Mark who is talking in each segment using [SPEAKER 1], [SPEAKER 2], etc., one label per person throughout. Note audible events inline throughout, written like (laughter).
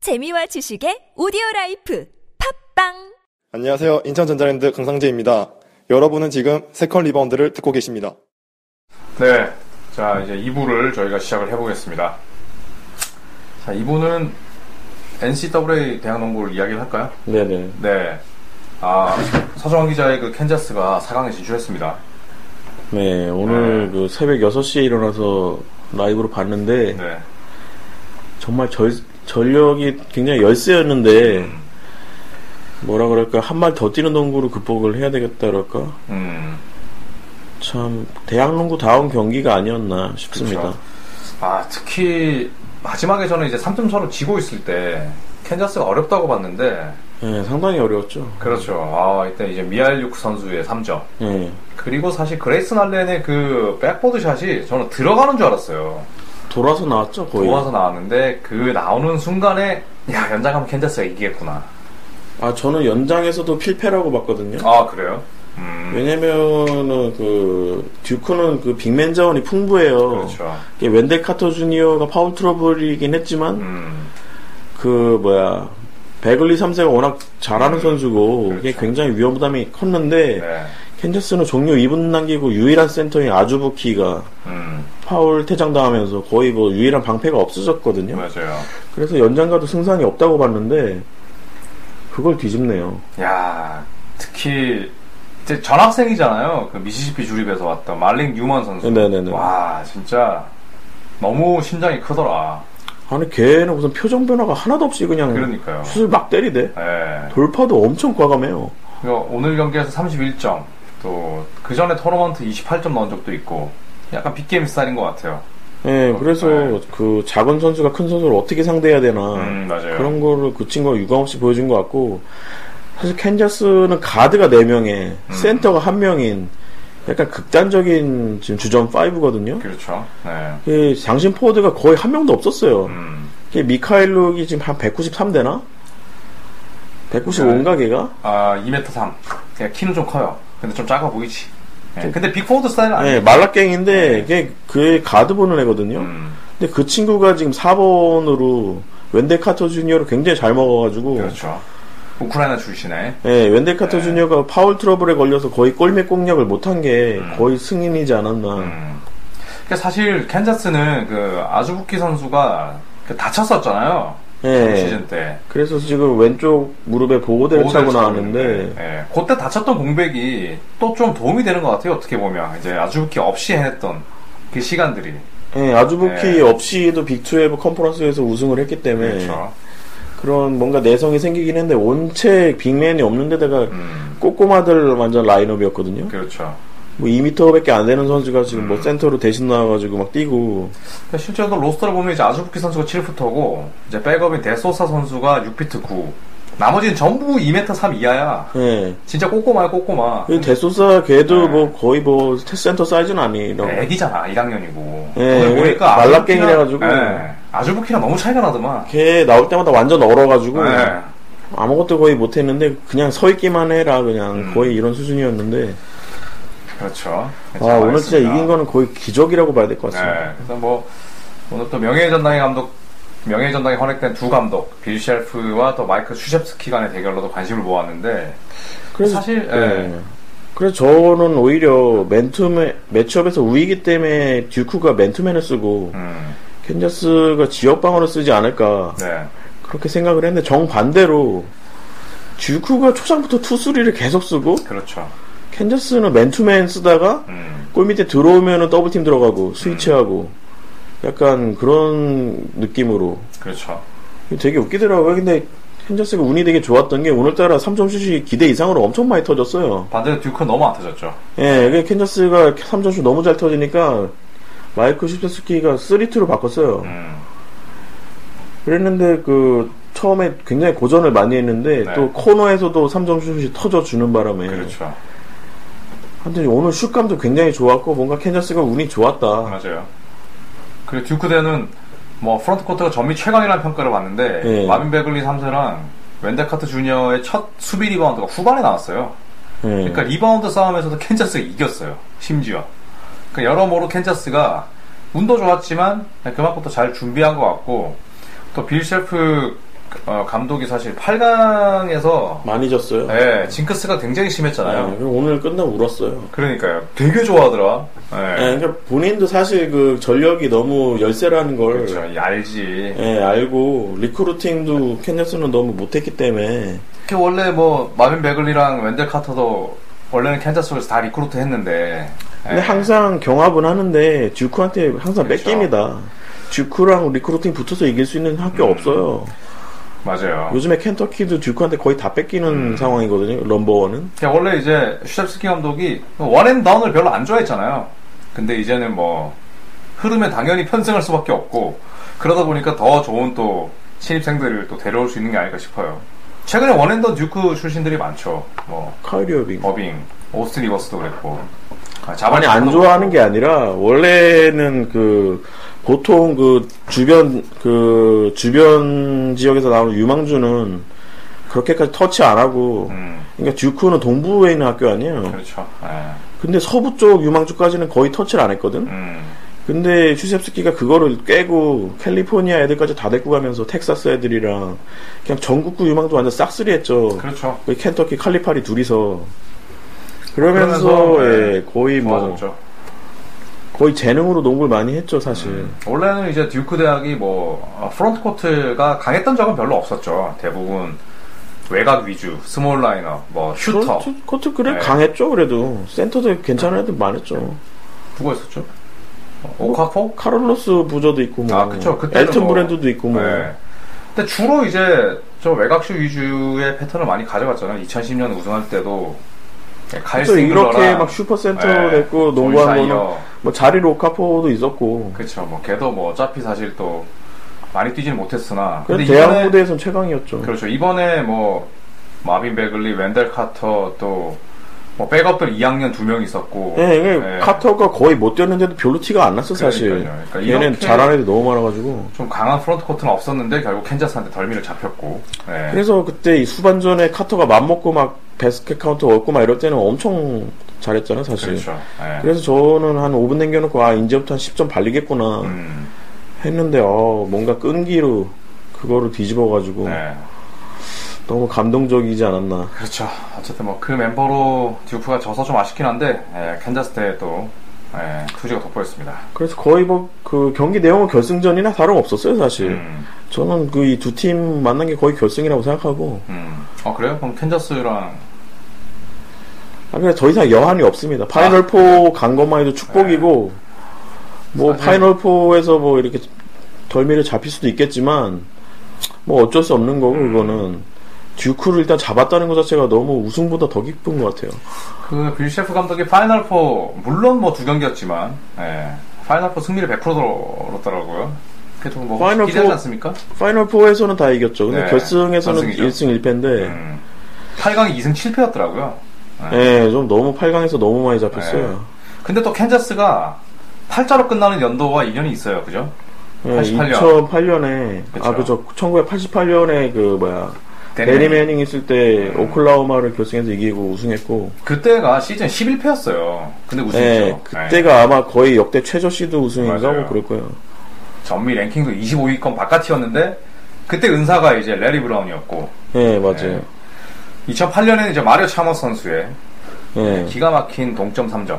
[SPEAKER 1] 재미와 지식의 오디오 라이프 팝빵!
[SPEAKER 2] 안녕하세요. 인천전자랜드 강상재입니다. 여러분은 지금 세컨 리바운드를 듣고 계십니다.
[SPEAKER 3] 네. 자, 이제 2부를 저희가 시작을 해보겠습니다. 자, 2부는 NCAA 대학농구를 이야기를 할까요?
[SPEAKER 4] 네네.
[SPEAKER 3] 네. 아, 서정환 기자의 그 캔자스가 4강에 진출했습니다.
[SPEAKER 4] 네,
[SPEAKER 3] 아.
[SPEAKER 4] 오늘 그 새벽 6시에 일어나서 라이브로 봤는데,
[SPEAKER 3] 네.
[SPEAKER 4] 정말 절, 전력이 굉장히
[SPEAKER 3] 예.
[SPEAKER 4] 열세였는데, 뭐라 그럴까, 한 발 더 뛰는 농구로 극복을 해야 되겠다 그럴까?
[SPEAKER 3] 음.
[SPEAKER 4] 참, 대학 농구 다운 경기가 아니었나 싶습니다.
[SPEAKER 3] 그쵸. 아, 특히 마지막에 저는 이제 3점 차로 지고 있을 때 캔자스가 어렵다고 봤는데,
[SPEAKER 4] 네, 상당히 어려웠죠.
[SPEAKER 3] 그렇죠. 아, 이때 이제 미알육 선수의 3점.
[SPEAKER 4] 네,
[SPEAKER 3] 그리고 사실 그레이스 날렌의 그 백보드 샷이 저는 들어가는 줄 알았어요.
[SPEAKER 4] 돌아서 나왔죠, 거의.
[SPEAKER 3] 모아서 나왔는데 그 나오는 순간에 야 연장하면 캔자스가 이기겠구나.
[SPEAKER 4] 아, 저는 연장에서도 필패라고 봤거든요. 예.
[SPEAKER 3] 아 그래요? 음
[SPEAKER 4] 왜냐면은 그 듀크는 그 빅맨 자원이 풍부해요.
[SPEAKER 3] 그렇죠.
[SPEAKER 4] 이게 웬델 카터 주니어가 파울 트러블이긴 했지만
[SPEAKER 3] 음
[SPEAKER 4] 그 뭐야 베글리 3세가 워낙 잘하는 선수고
[SPEAKER 3] 그렇죠.
[SPEAKER 4] 이게 굉장히 위험 부담이 컸는데
[SPEAKER 3] 네.
[SPEAKER 4] 캔자스는 종료 2분 남기고 유일한 센터인 아주부키가
[SPEAKER 3] 음
[SPEAKER 4] 파울 퇴장당하면서 거의 뭐 유일한 방패가 없어졌거든요.
[SPEAKER 3] 맞아요.
[SPEAKER 4] 그래서 연장가도 승산이 없다고 봤는데 그걸 뒤집네요.
[SPEAKER 3] 야 특히 이제 전학생이잖아요. 그 미시시피 주립에서 왔던 말링 뉴먼 선수.
[SPEAKER 4] 네네네.
[SPEAKER 3] 와 진짜 너무 심장이 크더라.
[SPEAKER 4] 아니 걔는 무슨 표정 변화가 하나도 없이 그냥
[SPEAKER 3] 그러니까요.
[SPEAKER 4] 슛을 막 때리대.
[SPEAKER 3] 예.
[SPEAKER 4] 돌파도 엄청 과감해요.
[SPEAKER 3] 그러니까 오늘 경기에서 31점. 또 그 전에 토너먼트 28점 넣은 적도 있고. 약간 빅게임 스타일인 것 같아요.
[SPEAKER 4] 예, 그래서
[SPEAKER 3] 네.
[SPEAKER 4] 그 작은 선수가 큰 선수를 어떻게 상대해야 되나
[SPEAKER 3] 음, 맞아요.
[SPEAKER 4] 그런 거를 그 친구가 유감없이 보여준 것 같고 사실 캔자스는 가드가 4명에
[SPEAKER 3] 음.
[SPEAKER 4] 센터가 1명인 약간 극단적인 지금 주전 5거든요.
[SPEAKER 3] 그렇죠. 네.
[SPEAKER 4] 그 장신 포워드가 거의 한 명도 없었어요.
[SPEAKER 3] 음.
[SPEAKER 4] 그 미카일룩이 지금 한 193대나? 195인가 걔가?
[SPEAKER 3] 아, 2m 3. 그냥 키는 좀 커요. 근데 좀 작아 보이지. 예, 근데 빅포드 스타일은 아니에요. 네.
[SPEAKER 4] 네, 말라깽인데 걔 그의 가드 보는 애거든요.
[SPEAKER 3] 음,
[SPEAKER 4] 근데 그 친구가 지금 4번으로 웬데 카터 주니어를 굉장히 잘 먹어가지고
[SPEAKER 3] 그렇죠. 우크라이나 출신에.
[SPEAKER 4] 예, 웬데 카터 주니어가 파울 트러블에 걸려서 거의 골밑 공략을 못한 게 거의 승인이지 않았나.
[SPEAKER 3] 음. 그러니까 사실 캔자스는 그 아주부키 선수가 그 다쳤었잖아요. 그
[SPEAKER 4] 예.
[SPEAKER 3] 시즌 때.
[SPEAKER 4] 그래서 지금 왼쪽 무릎에 보호대를 차고 나왔는데
[SPEAKER 3] 예. 그때 다쳤던 공백이 또 좀 도움이 되는 것 같아요. 어떻게 보면 이제 아주부키 없이 해냈던 그 시간들이.
[SPEAKER 4] 예, 아주부키
[SPEAKER 3] 예.
[SPEAKER 4] 없이도 빅12 컨퍼런스에서 우승을 했기 때문에
[SPEAKER 3] 그렇죠.
[SPEAKER 4] 그런 뭔가 내성이 생기긴 했는데 온체 빅맨이 없는 데다가
[SPEAKER 3] 음,
[SPEAKER 4] 꼬꼬마들 완전 라인업이었거든요.
[SPEAKER 3] 그렇죠.
[SPEAKER 4] 뭐 2m밖에 안 되는 선수가 지금 뭐 센터로 대신 나와가지고 막 뛰고
[SPEAKER 3] 근데 그러니까 실제로 로스터를 보면 이제 아주부키 선수가 7푸터고 이제 백업인 데소사 선수가 6피트 9 나머지는 전부 2m 3 이하야
[SPEAKER 4] 예.
[SPEAKER 3] 진짜 꼬꼬마야 꼬꼬마
[SPEAKER 4] 그 대소사 걔도
[SPEAKER 3] 네.
[SPEAKER 4] 뭐 거의 뭐 테스센터 사이즈는 아니라고.
[SPEAKER 3] 애기잖아 1학년이고
[SPEAKER 4] 예, 왜 말라깽이라 해가지고.
[SPEAKER 3] 예, 아주부키랑 너무 차이가 나더만
[SPEAKER 4] 걔 나올 때마다 완전 얼어가지고
[SPEAKER 3] 예.
[SPEAKER 4] 아무것도 거의 못했는데 그냥 서 있기만 해라 그냥
[SPEAKER 3] 음.
[SPEAKER 4] 거의 이런 수준이었는데
[SPEAKER 3] 그렇죠
[SPEAKER 4] 아 오늘 진짜 이긴 거는 거의 기적이라고 봐야 될 것 같습니다.
[SPEAKER 3] 네, 그래서 뭐 오늘 또 명예의 전당의 감독 명예의 전당에 헌액된 두 감독 빌 셰프와 또 마이크 슈셉스키 간의 대결로도 관심을 모았는데
[SPEAKER 4] 그래서
[SPEAKER 3] 사실,
[SPEAKER 4] 예.
[SPEAKER 3] 예.
[SPEAKER 4] 그래서 저는 오히려 맨투맨 매치업에서 우위기 때문에 듀크가 맨투맨을 쓰고
[SPEAKER 3] 음,
[SPEAKER 4] 캔자스가 지역방어를 쓰지 않을까
[SPEAKER 3] 네
[SPEAKER 4] 그렇게 생각을 했는데 정반대로 듀크가 초장부터 투수리를 계속 쓰고
[SPEAKER 3] 그렇죠
[SPEAKER 4] 캔자스는 맨투맨 쓰다가
[SPEAKER 3] 음,
[SPEAKER 4] 골 밑에 들어오면은 더블팀 들어가고 스위치하고 약간 그런 느낌으로
[SPEAKER 3] 그렇죠
[SPEAKER 4] 되게 웃기더라고요. 근데 캔자스가 운이 되게 좋았던 게 오늘따라 3점 슛이 기대 이상으로 엄청 많이 터졌어요.
[SPEAKER 3] 반대로 듀크는 너무 안 터졌죠
[SPEAKER 4] 예, 그 캔자스가 3점 슛 너무 잘 터지니까 마이크 슈페스키가 3-2로 바꿨어요.
[SPEAKER 3] 음.
[SPEAKER 4] 그랬는데 그 처음에 굉장히 고전을 많이 했는데
[SPEAKER 3] 네.
[SPEAKER 4] 또 코너에서도 3점 슛이 터져 주는 바람에
[SPEAKER 3] 그렇죠.
[SPEAKER 4] 하여튼 오늘 슛감도 굉장히 좋았고 뭔가 캔자스가 운이 좋았다.
[SPEAKER 3] 맞아요. 그리고 듀크대는 뭐 프런트 코트가 전미 최강이라는 평가를 받는데
[SPEAKER 4] 예.
[SPEAKER 3] 마빈 베글리 3세랑 웬데카트 주니어의 첫 수비 리바운드가 후반에 나왔어요.
[SPEAKER 4] 예.
[SPEAKER 3] 그러니까 리바운드 싸움에서도 캔자스가 이겼어요. 심지어. 그러니까 여러모로 캔자스가 운도 좋았지만 그만큼 또 잘 준비한 것 같고 또 빌 셰프 어, 감독이 사실 8강에서
[SPEAKER 4] 많이 졌어요.
[SPEAKER 3] 예, 징크스가 굉장히 심했잖아요.
[SPEAKER 4] 네, 그리고 오늘 끝나고 울었어요.
[SPEAKER 3] 그러니까요. 되게 좋아하더라. 예.
[SPEAKER 4] 네, 그러니까 본인도 사실 그 전력이 너무 열세라는 걸
[SPEAKER 3] 그렇죠. 이 알지.
[SPEAKER 4] 예, 알고 리크루팅도 캔디스는 너무 못했기 때문에
[SPEAKER 3] 이렇게 원래 뭐 마빈 베글리랑 웬델 카터도 원래는 캔자스에서 다 리크루트 했는데. 예,
[SPEAKER 4] 근데 항상 경합은 하는데 듀크한테 항상
[SPEAKER 3] 그렇죠.
[SPEAKER 4] 뺏깁니다. 듀크랑 리크루팅 붙어서 이길 수 있는
[SPEAKER 3] 음.
[SPEAKER 4] 학교 없어요.
[SPEAKER 3] 맞아요.
[SPEAKER 4] 요즘에 켄터키도 듀크한테 거의 다 뺏기는
[SPEAKER 3] 음.
[SPEAKER 4] 상황이거든요. 럼버원은
[SPEAKER 3] 그러니까 원래 이제 슈셉스키 감독이 원앤다운을 별로 안 좋아했잖아요. 근데 이제는 뭐 흐름에 당연히 편승할 수밖에 없고 그러다 보니까 더 좋은 또 신입생들을 또 데려올 수 있는 게 아닐까 싶어요. 최근에 원앤던 듀크 출신들이 많죠. 뭐
[SPEAKER 4] 카이리어빙.
[SPEAKER 3] 버빙, 오스틴 리버스도 그랬고 아,
[SPEAKER 4] 아니
[SPEAKER 3] 자바니
[SPEAKER 4] 안 좋아하는 게 아니라 원래는 그 보통 그 주변 그 주변 지역에서 나오는 유망주는 그렇게까지 터치 안 하고
[SPEAKER 3] 음,
[SPEAKER 4] 그러니까 듀크는 동부에 있는 학교 아니에요.
[SPEAKER 3] 그렇죠. 예,
[SPEAKER 4] 근데 서부 쪽 유망주까지는 거의 터치를 안 했거든.
[SPEAKER 3] 음,
[SPEAKER 4] 근데 슈셉스키가 그거를 깨고 캘리포니아 애들까지 다 데리고 가면서 텍사스 애들이랑 그냥 전국구 유망주 완전 싹쓸이 했죠.
[SPEAKER 3] 그렇죠.
[SPEAKER 4] 그 켄터키 칼리파리 둘이서 그러면서,
[SPEAKER 3] 그러면서,
[SPEAKER 4] 예, 거의 뭐
[SPEAKER 3] 좋아졌죠.
[SPEAKER 4] 거의 재능으로 농구를 많이 했죠 사실.
[SPEAKER 3] 음. 원래는 이제 듀크 대학이 뭐 어, 프론트 코트가 강했던 적은 별로 없었죠. 대부분 외곽 위주, 스몰 라이너, 뭐 슈터
[SPEAKER 4] 코트, 코트 그래
[SPEAKER 3] 네.
[SPEAKER 4] 강했죠 그래도 센터도 괜찮은 애들 많았죠.
[SPEAKER 3] 누가 있었죠? 어,
[SPEAKER 4] 뭐,
[SPEAKER 3] 오카포?
[SPEAKER 4] 카를로스 부저도 있고 뭐
[SPEAKER 3] 아, 그쵸. 그때는
[SPEAKER 4] 엘튼
[SPEAKER 3] 뭐-
[SPEAKER 4] 브랜드도 있고 뭐
[SPEAKER 3] 네. 근데 주로 이제 저 외곽슛 위주의 패턴을 많이 가져갔잖아요. 2010년 우승할 때도 가일
[SPEAKER 4] 또 이렇게
[SPEAKER 3] 싱글러랑
[SPEAKER 4] 막 슈퍼센터
[SPEAKER 3] 네.
[SPEAKER 4] 됐고
[SPEAKER 3] 존
[SPEAKER 4] 농구한 거는
[SPEAKER 3] 샤이어.
[SPEAKER 4] 뭐 자리로 오카포도 있었고
[SPEAKER 3] 그렇죠. 뭐 걔도 뭐 어차피 사실 또 많이 뛰지는 못했으나
[SPEAKER 4] 그래서
[SPEAKER 3] 이번에-
[SPEAKER 4] 대학 무대에선 최강이었죠.
[SPEAKER 3] 그렇죠. 이번에 뭐 마빈 베글리, 웬델 카터 또뭐 백업들 2학년 두 명 있었고.
[SPEAKER 4] 예, 네,
[SPEAKER 3] 예.
[SPEAKER 4] 카터가 거의 못 뛰었는데도 별로 티가 안 났어 사실.
[SPEAKER 3] 그러니까요. 그러니까
[SPEAKER 4] 얘는
[SPEAKER 3] 이렇게-
[SPEAKER 4] 잘하는 애들 너무 많아가지고.
[SPEAKER 3] 좀 강한 프론트 코트는 없었는데 결국 캔자스한테 덜미를 잡혔고. 예.
[SPEAKER 4] 그래서 그때 이 수반전에 카터가 맘먹고 막 베스켓 카운터 얻고 막 이럴 때는 엄청 잘했잖아 사실.
[SPEAKER 3] 그렇죠. 예.
[SPEAKER 4] 그래서 저는 한 5분 남겨놓고 아 이제부터 한 10점 발리겠구나
[SPEAKER 3] 음,
[SPEAKER 4] 했는데 어 뭔가 끈기로 그거를 뒤집어가지고
[SPEAKER 3] 네.
[SPEAKER 4] 너무 감동적이지 않았나.
[SPEAKER 3] 그렇죠. 어쨌든 뭐 그 멤버로 듀크가 져서 좀 아쉽긴 한데 예, 캔자스 때또 예, 투지가 돋보였습니다.
[SPEAKER 4] 그래서 거의 뭐 그 경기 내용은 결승전이나 다름 없었어요 사실.
[SPEAKER 3] 음,
[SPEAKER 4] 저는 그 이 두 팀 만난 게 거의 결승이라고 생각하고
[SPEAKER 3] 음. 아 그래요? 그럼 캔자스랑
[SPEAKER 4] 아, 그냥 더 이상 여한이 없습니다. 파이널
[SPEAKER 3] 아.
[SPEAKER 4] 포 간 것만 해도 축복이고,
[SPEAKER 3] 네.
[SPEAKER 4] 뭐,
[SPEAKER 3] 사실-
[SPEAKER 4] 파이널 포에서뭐 이렇게 덜미를 잡힐 수도 있겠지만, 뭐 어쩔 수 없는 거고, 그거는. 듀크를 일단 잡았다는 것 자체가 너무 우승보다 더 기쁜 것 같아요.
[SPEAKER 3] 그 빌셰프 감독이 파이널 4 물론 뭐 두 경기였지만 예, 파이널 4 승리를 100% 들었더라고요. 그래도 뭐
[SPEAKER 4] 파이널
[SPEAKER 3] 파이널 기대하지
[SPEAKER 4] 포-
[SPEAKER 3] 않습니까?
[SPEAKER 4] 파이널 포에서는다 이겼죠. 근데
[SPEAKER 3] 네,
[SPEAKER 4] 결승에서는
[SPEAKER 3] 결승이죠.
[SPEAKER 4] 1승 1패인데,
[SPEAKER 3] 음, 8강이 2승 7패였더라고요.
[SPEAKER 4] 예, 좀 너무 8강에서 너무 많이 잡혔어요.
[SPEAKER 3] 근데 또 캔자스가 8자로 끝나는 연도와 인연이 있어요. 그죠? 네,
[SPEAKER 4] 네,
[SPEAKER 3] 88년.
[SPEAKER 4] 예, 2008년에, 아,
[SPEAKER 3] 그쵸.
[SPEAKER 4] 그죠. 1988년에 그, 뭐야.
[SPEAKER 3] 데니 음.
[SPEAKER 4] 데리 매닝 있을 때 오클라호마를 결승에서 이기고 우승했고,
[SPEAKER 3] 그때가 시즌 11패였어요. 근데 우승했죠. 예.
[SPEAKER 4] 네, 그때가 아마 거의 역대 최저 시드 우승인가
[SPEAKER 3] 맞아요.
[SPEAKER 4] 뭐 그럴 거예요.
[SPEAKER 3] 예, 전미 랭킹도 25위권 바깥이었는데 그때 은사가 이제 레리 브라운이었고
[SPEAKER 4] 예, 맞아요.
[SPEAKER 3] 2008년에는 이제 마리오 차머스 선수의
[SPEAKER 4] 예.
[SPEAKER 3] 기가 막힌 동점 3점.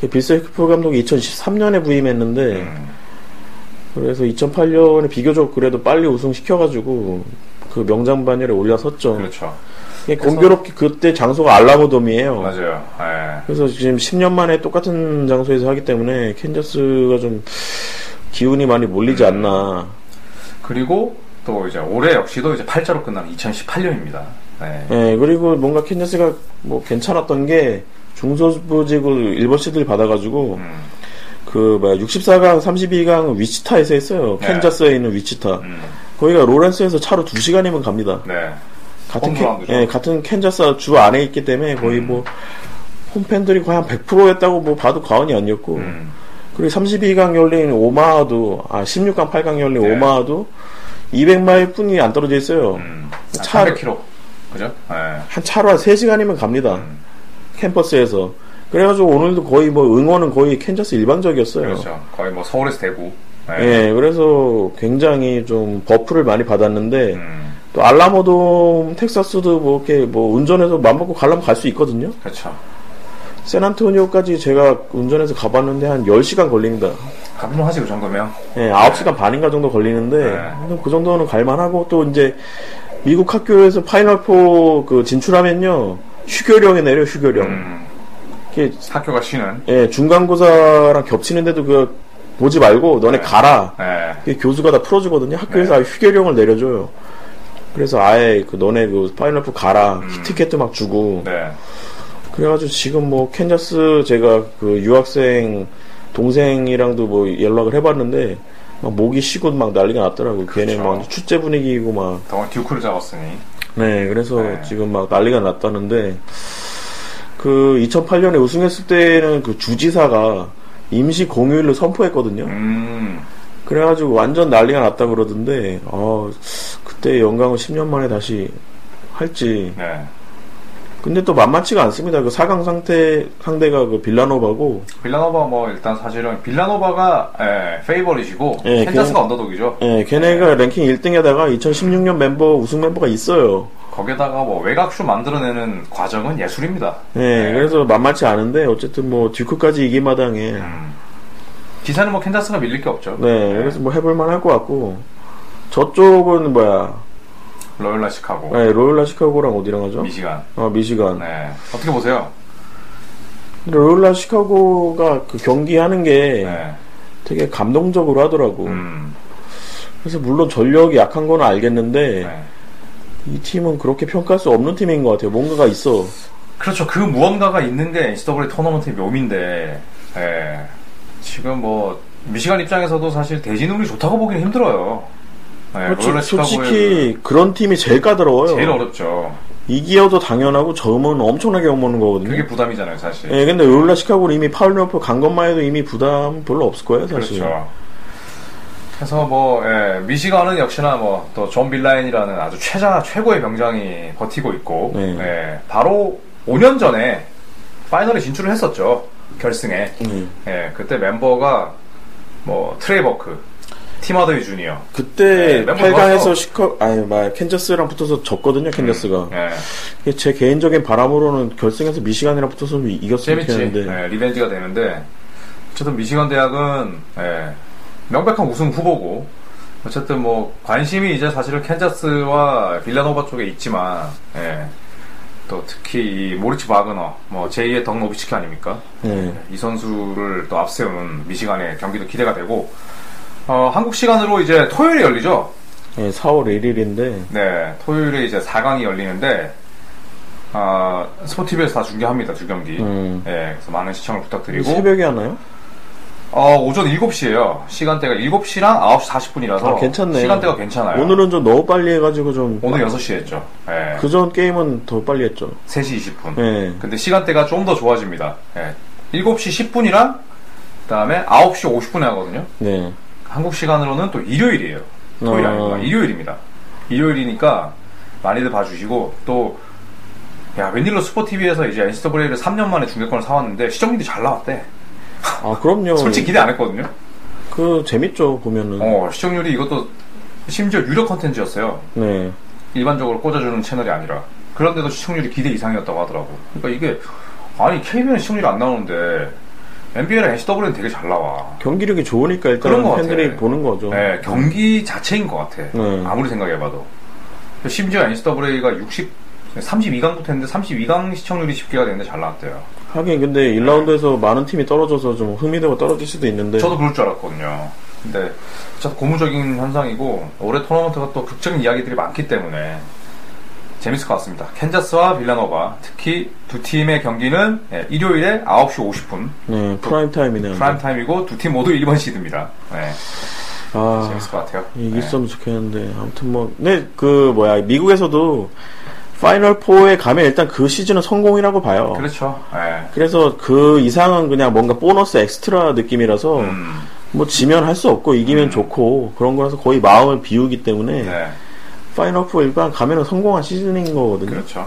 [SPEAKER 4] 그 빌세프 감독이 2013년에 부임했는데
[SPEAKER 3] 음.
[SPEAKER 4] 그래서 2008년에 비교적 그래도 빨리 우승 시켜가지고 그 명장 반열에 올라섰죠.
[SPEAKER 3] 그렇죠.
[SPEAKER 4] 예, 공교롭게 그때 장소가 알라모돔이에요.
[SPEAKER 3] 맞아요. 예.
[SPEAKER 4] 그래서 지금 10년 만에 똑같은 장소에서 하기 때문에 캔자스가 좀 기운이 많이 몰리지 않나.
[SPEAKER 3] 그리고 또 이제 올해 역시도 이제 8자로 끝나는 2018년입니다. 음.
[SPEAKER 4] 예, 그리고 뭔가 캔자스가 뭐 괜찮았던 게 중소부직을 1번 시드를 받아가지고
[SPEAKER 3] 음,
[SPEAKER 4] 그 뭐야 64강 32강 위치타에서 했어요.
[SPEAKER 3] 네.
[SPEAKER 4] 캔자스에 있는 위치타. 거기가 로렌스에서 차로 2시간이면 갑니다.
[SPEAKER 3] 음. 네.
[SPEAKER 4] 같은 캔,
[SPEAKER 3] 홈그라운드죠. 음.
[SPEAKER 4] 예, 같은 캔자스 주 안에 있기 때문에 거의 뭐 홈팬들이 거의 한 100%였다고 뭐 봐도 과언이 아니었고.
[SPEAKER 3] 음.
[SPEAKER 4] 그리고 32강 열린 오마하도 아 16강 8강 열린
[SPEAKER 3] 네.
[SPEAKER 4] 오마하도 200마일 뿐이 안 떨어져 있어요.
[SPEAKER 3] 음.
[SPEAKER 4] 차-
[SPEAKER 3] 300km. 그죠? 예.
[SPEAKER 4] 한 차로 한 3시간이면 갑니다.
[SPEAKER 3] 음.
[SPEAKER 4] 캠퍼스에서. 그래가지고 오늘도 거의 뭐 응원은 거의 캔자스 일방적이었어요.
[SPEAKER 3] 그렇죠. 거의 뭐 서울에서 대구. 예.
[SPEAKER 4] 예, 그래서 굉장히 좀 버프를 많이 받았는데
[SPEAKER 3] 음.
[SPEAKER 4] 또 알라모돔 텍사스도 뭐 이렇게 뭐 운전해서 맘 먹고 가려면 갈 수 있거든요.
[SPEAKER 3] 그렇죠.
[SPEAKER 4] 샌안토니오까지 제가 운전해서 가봤는데 한 10시간 걸린다.
[SPEAKER 3] 가면 하지 그 정도면.
[SPEAKER 4] 예, 9시간 반인가 정도 걸리는데
[SPEAKER 3] 네.
[SPEAKER 4] 그 정도는 갈만하고 또 이제 미국 학교에서 파이널4 그 진출하면요. 휴교령에 내려 휴교령.
[SPEAKER 3] 음,
[SPEAKER 4] 이게
[SPEAKER 3] 학교가 쉬는.
[SPEAKER 4] 예, 중간고사랑 겹치는데도 그 보지 말고 너네
[SPEAKER 3] 네.
[SPEAKER 4] 가라.
[SPEAKER 3] 예.
[SPEAKER 4] 이게 교수가 다 풀어주거든요. 학교에서 아예 휴교령을 내려줘요. 그래서 아예 그 너네 그 파이널프 가라. 티켓도 막 주고.
[SPEAKER 3] 네.
[SPEAKER 4] 그래가지고 지금 뭐 캔자스 제가 그 유학생 동생이랑도 뭐 연락을 해봤는데 막 목이 쉬고 막 난리가 났더라고요. 걔네
[SPEAKER 3] 그렇죠.
[SPEAKER 4] 막 축제 분위기이고 막.
[SPEAKER 3] 더운 듀크를 잡았으니.
[SPEAKER 4] 네, 그래서
[SPEAKER 3] 네.
[SPEAKER 4] 지금 막 난리가 났다는데 그 2008년에 우승했을 때는 그 주지사가 임시 공휴일로 선포했거든요.
[SPEAKER 3] 음,
[SPEAKER 4] 그래가지고 완전 난리가 났다 그러던데, 어, 그때 영광을 10년 만에 다시 할지.
[SPEAKER 3] 네.
[SPEAKER 4] 근데 또 만만치가 않습니다. 그 4강 상태, 상대가 그 빌라노바고,
[SPEAKER 3] 빌라노바 뭐 일단 사실은 빌라노바가 예, 페이버릿이고
[SPEAKER 4] 예,
[SPEAKER 3] 캔자스가
[SPEAKER 4] 걔는-
[SPEAKER 3] 언더독이죠.
[SPEAKER 4] 예, 걔네가 랭킹 1등에다가 2016년 멤버, 우승 멤버가 있어요.
[SPEAKER 3] 거기다가 뭐 외곽슛 만들어내는 과정은 예술입니다.
[SPEAKER 4] 예, 그래서 만만치 않은데, 어쨌든 뭐, 듀크까지 이긴 마당에,
[SPEAKER 3] 음. 기사는 뭐 캔자스가 밀릴 게 없죠.
[SPEAKER 4] 네, 그래서 뭐 해볼만 할 것 같고, 저쪽은 뭐야,
[SPEAKER 3] 로열라 시카고,
[SPEAKER 4] 예, 로열라 시카고랑 어디랑 하죠?
[SPEAKER 3] 미시간.
[SPEAKER 4] 어, 미시간.
[SPEAKER 3] 네. 어떻게 보세요?
[SPEAKER 4] 근데 로열라 시카고가 그 경기하는 게,
[SPEAKER 3] 네.
[SPEAKER 4] 되게 감동적으로 하더라고.
[SPEAKER 3] 음.
[SPEAKER 4] 그래서 물론 전력이 약한 건 알겠는데
[SPEAKER 3] 네.
[SPEAKER 4] 이 팀은 그렇게 평가할 수 없는 팀인 것 같아요. 뭔가가 있어.
[SPEAKER 3] 그렇죠. 그 무언가가 있는 게 NCAA 토너먼트의 묘미인데, 예. 지금 뭐, 미시간 입장에서도 사실 대진운이 좋다고 보기는 힘들어요. 예, 로열라
[SPEAKER 4] 솔직,
[SPEAKER 3] 시카고의
[SPEAKER 4] 솔직히 그런 팀이 제일 까다로워요.
[SPEAKER 3] 제일 어렵죠.
[SPEAKER 4] 이기어도 당연하고 점은 엄청나게 얻먹는 거거든요.
[SPEAKER 3] 그게 부담이잖아요, 사실.
[SPEAKER 4] 예, 근데 롤라 시카고는 이미 파울리오프 간 것만 해도 이미 부담 별로 없을 거예요, 사실.
[SPEAKER 3] 그렇죠. 그래서 뭐, 예, 미시간은 역시나 뭐, 또 존 빌라인이라는 아주 최자, 최고의 병장이 버티고 있고,
[SPEAKER 4] 네.
[SPEAKER 3] 예, 바로 5년 전에 파이널에 진출을 했었죠. 결승에.
[SPEAKER 4] 예.
[SPEAKER 3] 예, 그때 멤버가 뭐 트레이버크, 팀하더이 주니어. 네,
[SPEAKER 4] 그때
[SPEAKER 3] 멤버
[SPEAKER 4] 8강에서
[SPEAKER 3] 좋았어.
[SPEAKER 4] 시카 아니 막 캔자스랑 붙어서 졌거든요, 캔자스가.
[SPEAKER 3] 예,
[SPEAKER 4] 이게 제 개인적인 바람으로는 결승에서 미시간이랑 붙어서 이겼으면
[SPEAKER 3] 재밌지.
[SPEAKER 4] 좋겠는데.
[SPEAKER 3] 예, 리벤지가 되는데 어쨌든 미시간 대학은 예, 명백한 우승 후보고 어쨌든 뭐 관심이 이제 사실은 캔자스와 빌라노바 쪽에 있지만 예, 또 특히 이 모리츠 바그너, 뭐 제2의 덕노비치키 아닙니까?
[SPEAKER 4] 예.
[SPEAKER 3] 이 선수를 또 앞세우는 미시간의 경기도 기대가 되고 어, 한국 시간으로 이제 토요일에 열리죠.
[SPEAKER 4] 예, 4월 1일인데
[SPEAKER 3] 네, 토요일에 이제 4강이 열리는데, 아, 스포티비에서 다 중계합니다, 두 경기.
[SPEAKER 4] 음.
[SPEAKER 3] 예, 그래서 많은 시청을 부탁드리고.
[SPEAKER 4] 새벽에 하나요?
[SPEAKER 3] 어, 오전 7시에요. 시간대가 7시랑 9시 40분이라서.
[SPEAKER 4] 아, 괜찮네.
[SPEAKER 3] 어, 시간대가 괜찮아요.
[SPEAKER 4] 오늘은 좀 너무 빨리 해가지고 좀
[SPEAKER 3] 오늘 6시에 했죠. 예.
[SPEAKER 4] 그전 게임은 더 빨리 했죠.
[SPEAKER 3] 3시 20분.
[SPEAKER 4] 예.
[SPEAKER 3] 근데 시간대가 좀 더 좋아집니다. 예. 7시 10분이랑, 그 다음에 9시 50분에 하거든요.
[SPEAKER 4] 네.
[SPEAKER 3] 한국 시간으로는 또 일요일이에요. 토요일
[SPEAKER 4] 어.
[SPEAKER 3] 아니고 일요일입니다. 일요일이니까 많이들 봐주시고 또 야, 웬일로 스포티비에서 이제 NCAA를 3년 만에 중계권을 사왔는데 시청률이 잘 나왔대.
[SPEAKER 4] 아 그럼요.
[SPEAKER 3] 솔직히 기대 안 했거든요.
[SPEAKER 4] 그 재밌죠 보면은.
[SPEAKER 3] 어, 시청률이 이것도 심지어 유력 컨텐츠였어요.
[SPEAKER 4] 네.
[SPEAKER 3] 일반적으로 꽂아주는 채널이 아니라. 그런데도 시청률이 기대 이상이었다고 하더라고. 그러니까 이게 아니 KBO는 시청률이 안 나오는데 NBA랑 NCAA는 되게 잘 나와.
[SPEAKER 4] 경기력이 좋으니까
[SPEAKER 3] 그런
[SPEAKER 4] 일단
[SPEAKER 3] 것
[SPEAKER 4] 팬들이
[SPEAKER 3] 같아.
[SPEAKER 4] 보는 거죠.
[SPEAKER 3] 네, 경기 자체인 것 같아.
[SPEAKER 4] 그렇죠. 네.
[SPEAKER 3] 아무리 생각해봐도. 심지어 NCAA가 60, 32강부터 했는데 32강 시청률이 10개가 되는데 잘 나왔대요.
[SPEAKER 4] 네. 하긴 근데 1라운드에서 많은 팀이 떨어져서 좀 흥미도가 떨어질 수도 있는데.
[SPEAKER 3] 저도 그럴 줄 알았거든요. 근데 진짜 고무적인 현상이고 올해 토너먼트가 또 극적인 이야기들이 많기 때문에 재밌을 것 같습니다. 캔자스와 빌라노바 특히 두 팀의 경기는 예, 일요일에 9시 50분
[SPEAKER 4] 네. 프라임 타임이네요.
[SPEAKER 3] 프라임 타임이고 두 팀 모두 1번 시드입니다. 네,
[SPEAKER 4] 아
[SPEAKER 3] 재밌을 것 같아요. 네.
[SPEAKER 4] 이겼으면 좋겠는데 아무튼 뭐. 네. 그 뭐야 미국에서도 파이널 4에 가면 일단 그 시즌은 성공이라고 봐요.
[SPEAKER 3] 그렇죠. 네.
[SPEAKER 4] 그래서 그 이상은 그냥 뭔가 보너스 엑스트라 느낌이라서
[SPEAKER 3] 음,
[SPEAKER 4] 뭐 지면 할 수 없고 이기면 좋고 그런 거라서 거의 마음을 비우기 때문에
[SPEAKER 3] 네.
[SPEAKER 4] 파이널4 일반 가면은 성공한 시즌인 거거든요.
[SPEAKER 3] 그렇죠.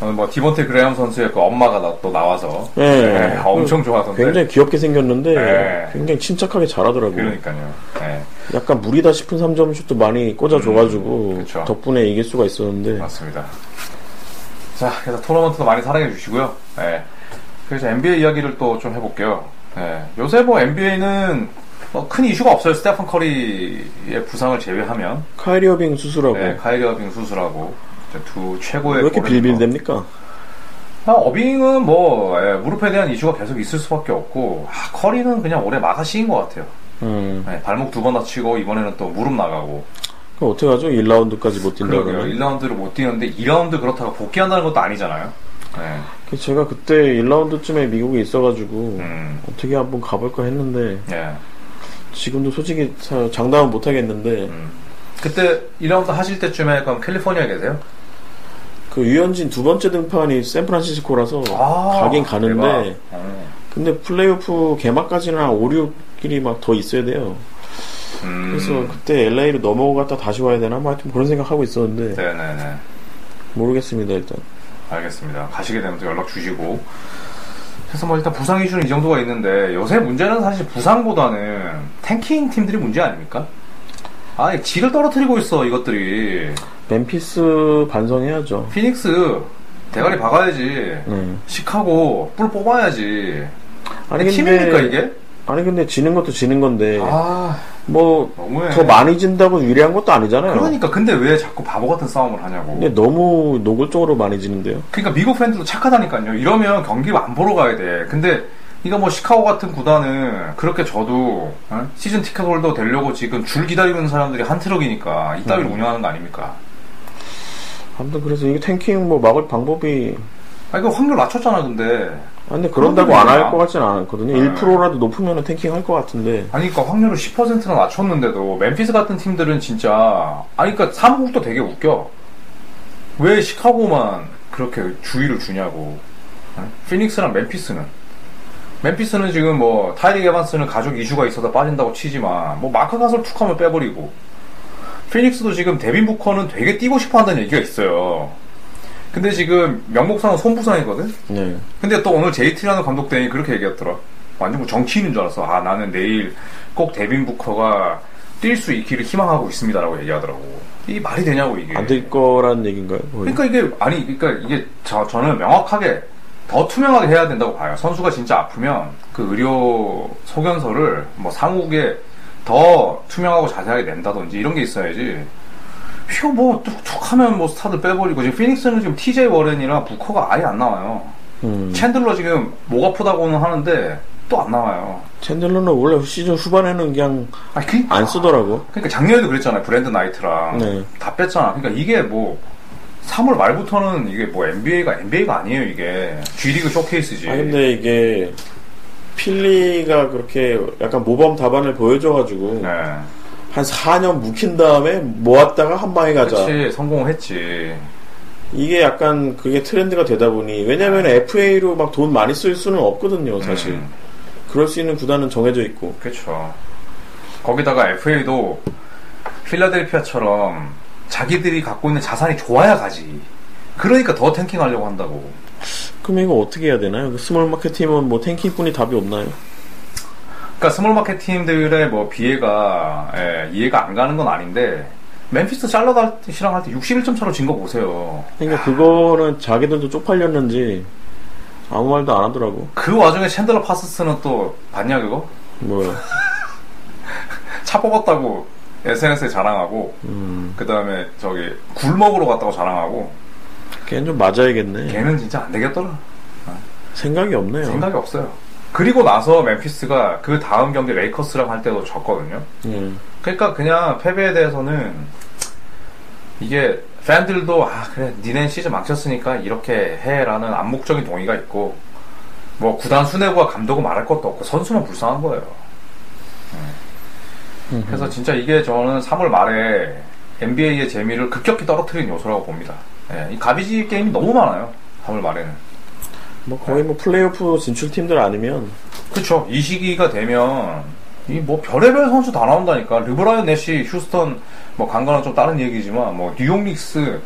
[SPEAKER 3] 오늘 뭐 디본테 그레이엄 선수의 그 엄마가 나- 또 나와서
[SPEAKER 4] 네.
[SPEAKER 3] 네, 엄청 좋아하던데.
[SPEAKER 4] 굉장히 귀엽게 생겼는데
[SPEAKER 3] 네. 그러니까.
[SPEAKER 4] 굉장히 침착하게 잘하더라고요. 예.
[SPEAKER 3] 그러니까요. 네.
[SPEAKER 4] 약간 무리다 싶은 3점 슛도 많이 꽂아줘가지고
[SPEAKER 3] 음, 그쵸.
[SPEAKER 4] 덕분에 이길 수가 있었는데
[SPEAKER 3] 그렇죠. 맞습니다. 자, 그래서 토너먼트도 많이 사랑해 주시고요. 예. 그래서 NBA 이야기를 또 좀 해볼게요. 예. 요새 뭐 NBA는 뭐 큰 이슈가 없어요. 스테판 커리의 부상을 제외하면
[SPEAKER 4] 카이리 어빙 수술하고
[SPEAKER 3] 예, 카이리 어빙 수술하고 이제 두
[SPEAKER 4] 네. 왜
[SPEAKER 3] 최고의
[SPEAKER 4] 이렇게
[SPEAKER 3] 골을
[SPEAKER 4] 빌빌댑니까?
[SPEAKER 3] 아, 어빙은 뭐 예, 무릎에 대한 이슈가 계속 있을 수밖에 없고 아, 커리는 그냥 올해 마가시인 것 같아요.
[SPEAKER 4] 음,
[SPEAKER 3] 예, 발목 두 번 다치고 이번에는 또 무릎 나가고
[SPEAKER 4] 그럼 어떻게 하죠? 1라운드까지 못 뛴다
[SPEAKER 3] 그러게요.
[SPEAKER 4] 그러면
[SPEAKER 3] 1라운드를 못 뛰는데 2라운드 그렇다고 복귀한다는 것도 아니잖아요. 예.
[SPEAKER 4] 그 제가 그때 1라운드쯤에 미국에 있어가지고
[SPEAKER 3] 음,
[SPEAKER 4] 어떻게 한번 가볼까 했는데
[SPEAKER 3] 예.
[SPEAKER 4] 지금도 솔직히 사- 장담은 못 하겠는데
[SPEAKER 3] 그때 1라운드 하실 때쯤에 그럼 캘리포니아 계세요?
[SPEAKER 4] 그 유현진 두 번째 등판이 샌프란시스코라서 가긴 가는데
[SPEAKER 3] 아, 대박. 어.
[SPEAKER 4] 근데 플레이오프 개막까지는 한 5, 6일이 막 더 있어야 돼요.
[SPEAKER 3] 음.
[SPEAKER 4] 그래서 그때 LA로 넘어갔다 다시 와야 되나? 뭐 하여튼 그런 생각하고 있었는데
[SPEAKER 3] 네네네.
[SPEAKER 4] 모르겠습니다 일단.
[SPEAKER 3] 알겠습니다. 가시게 되면 또 연락 주시고. 그래서 뭐 일단 부상 이슈는 이 정도가 있는데 요새 문제는 사실 부상보다는 탱킹 팀들이 문제 아닙니까? 아니 질을 떨어뜨리고 있어 이것들이.
[SPEAKER 4] 멤피스 반성해야죠.
[SPEAKER 3] 피닉스 대가리 박아야지.
[SPEAKER 4] 네.
[SPEAKER 3] 시카고 뿔 뽑아야지.
[SPEAKER 4] 아니
[SPEAKER 3] 팀입니까 이게?
[SPEAKER 4] 아니 근데 지는 것도 지는 건데
[SPEAKER 3] 아
[SPEAKER 4] 뭐 더
[SPEAKER 3] 너무해.
[SPEAKER 4] 많이 진다고 유리한 것도 아니잖아요.
[SPEAKER 3] 그러니까 근데 왜 자꾸 바보 같은 싸움을 하냐고.
[SPEAKER 4] 근데 너무 노골적으로 많이 지는데요.
[SPEAKER 3] 그러니까 미국 팬들도 착하다니까요. 이러면 경기를 안 보러 가야 돼. 근데 이거 뭐 시카고 같은 구단은 그렇게 저도 어? 시즌 티켓 홀더 되려고 지금 줄 기다리는 사람들이 한 트럭이니까 이따위로
[SPEAKER 4] 음.
[SPEAKER 3] 운영하는 거 아닙니까?
[SPEAKER 4] 아무튼 그래서 이게 탱킹 뭐 막을 방법이
[SPEAKER 3] 아 이거 확률 낮췄잖아 근데
[SPEAKER 4] 아, 근데 그런다고 안 할
[SPEAKER 3] 그런데요. 네.
[SPEAKER 4] 것 같진 않거든요. 1%라도 높으면 탱킹 할 것 같은데
[SPEAKER 3] 아니 그러니까 확률을 10%나 낮췄는데도 멤피스 같은 팀들은 진짜 아니 그러니까 사무국도 되게 웃겨 왜 시카고만 그렇게 주의를 주냐고 어? 피닉스랑 멤피스는 멤피스는 지금 뭐 타이릭 에반스는 가족 이슈가 있어서 빠진다고 치지만 뭐 마크 가솔 툭 하면 빼버리고 피닉스도 지금 데빈 부커는 되게 뛰고 싶어 한다는 얘기가 있어요 근데 지금 명목상은 손부상이거든
[SPEAKER 4] 네.
[SPEAKER 3] 근데 또 오늘 JT라는 감독 대행이 그렇게 얘기했더라. 완전 뭐 정치인인 줄 알았어. 아, 나는 내일 꼭 데빈 부커가 뛸 수 있기를 희망하고 있습니다라고 얘기하더라고. 이 말이 되냐고, 이게.
[SPEAKER 4] 안 될 거라는 얘기인가요? 거의?
[SPEAKER 3] 그러니까 이게, 아니, 그러니까 이게 저, 저는 명확하게 더 투명하게 해야 된다고 봐요. 선수가 진짜 아프면 그 의료 소견서를 뭐 상욱에 더 투명하고 자세하게 낸다든지 이런 게 있어야지. 휴, 뭐, 툭툭 하면 뭐 스타들 빼버리고 지금 피닉스는 지금 TJ 워렌이랑 부커가 아예 안 나와요.
[SPEAKER 4] 음.
[SPEAKER 3] 챈들러 지금 목 아프다고는 하는데 또 안 나와요.
[SPEAKER 4] 챈들러는 원래 시즌 후반에는 그냥
[SPEAKER 3] 아, 그,
[SPEAKER 4] 안 쓰더라고.
[SPEAKER 3] 그러니까 작년에도 그랬잖아요. 브랜드 나이트랑
[SPEAKER 4] 네.
[SPEAKER 3] 다 뺐잖아. 그러니까 이게 뭐 3월 말부터는 이게 뭐 NBA가 NBA가 아니에요. 이게 G리그 쇼케이스지.
[SPEAKER 4] 아 근데 이게 필리가 그렇게 약간 모범 답안을 보여줘가지고
[SPEAKER 3] 네.
[SPEAKER 4] 한 4년 묵힌 다음에 모았다가 한 방에 가자.
[SPEAKER 3] 그렇지 성공했지.
[SPEAKER 4] 이게 약간 그게 트렌드가 되다 보니 왜냐면
[SPEAKER 3] 네.
[SPEAKER 4] FA로 막 돈 많이 쓸 수는 없거든요 사실.
[SPEAKER 3] 음.
[SPEAKER 4] 그럴 수 있는 구단은 정해져 있고.
[SPEAKER 3] 그렇죠. 거기다가 FA도 필라델피아처럼 자기들이 갖고 있는 자산이 좋아야 가지. 그러니까 더 탱킹하려고 한다고.
[SPEAKER 4] 그럼 이거 어떻게 해야 되나요? 그 스몰 마켓 팀은 뭐 탱킹뿐이 답이 없나요?
[SPEAKER 3] 그러니까 스몰 마켓 팀들의 뭐 비애가 예, 이해가 안 가는 건 아닌데 멤피스 샬럿이랑 할 때 61점 차로 진 거 보세요.
[SPEAKER 4] 그러니까 그거는 자기들도 쪽팔렸는지 아무 말도 안 하더라고.
[SPEAKER 3] 그 와중에 챈들러 파스스는 또 봤냐 그거?
[SPEAKER 4] 뭐야.
[SPEAKER 3] 차 뽑았다고 SNS에 자랑하고
[SPEAKER 4] 음,
[SPEAKER 3] 그 다음에 저기 굴먹으러 갔다고 자랑하고
[SPEAKER 4] 걔는 좀 맞아야겠네.
[SPEAKER 3] 걔는 진짜 안 되겠더라.
[SPEAKER 4] 생각이 없네요.
[SPEAKER 3] 생각이 없어요. 그리고 나서 멤피스가 그 다음 경기 레이커스랑 할 때도 졌거든요.
[SPEAKER 4] 예.
[SPEAKER 3] 그러니까 그냥 패배에 대해서는 이게 팬들도 아 그래 니넨 시즌 망쳤으니까 이렇게 해라는 암묵적인 동의가 있고 뭐 구단 수뇌부와 감독은 말할 것도 없고 선수만 불쌍한 거예요. 네. 그래서 진짜 이게 저는 3월 말에 NBA의 재미를 급격히 떨어뜨린 요소라고 봅니다. 예, 이 가비지 게임이 너무 많아요. 3월 말에는.
[SPEAKER 4] 뭐 거의 뭐 플레이오프 진출 팀들 아니면
[SPEAKER 3] 그쵸. 이 시기가 되면, 이 뭐 별의별 선수 다 나온다니까. 르브라이언 내시, 휴스턴, 뭐 간과는 좀 다른 얘기지만, 뭐 뉴욕 닉스,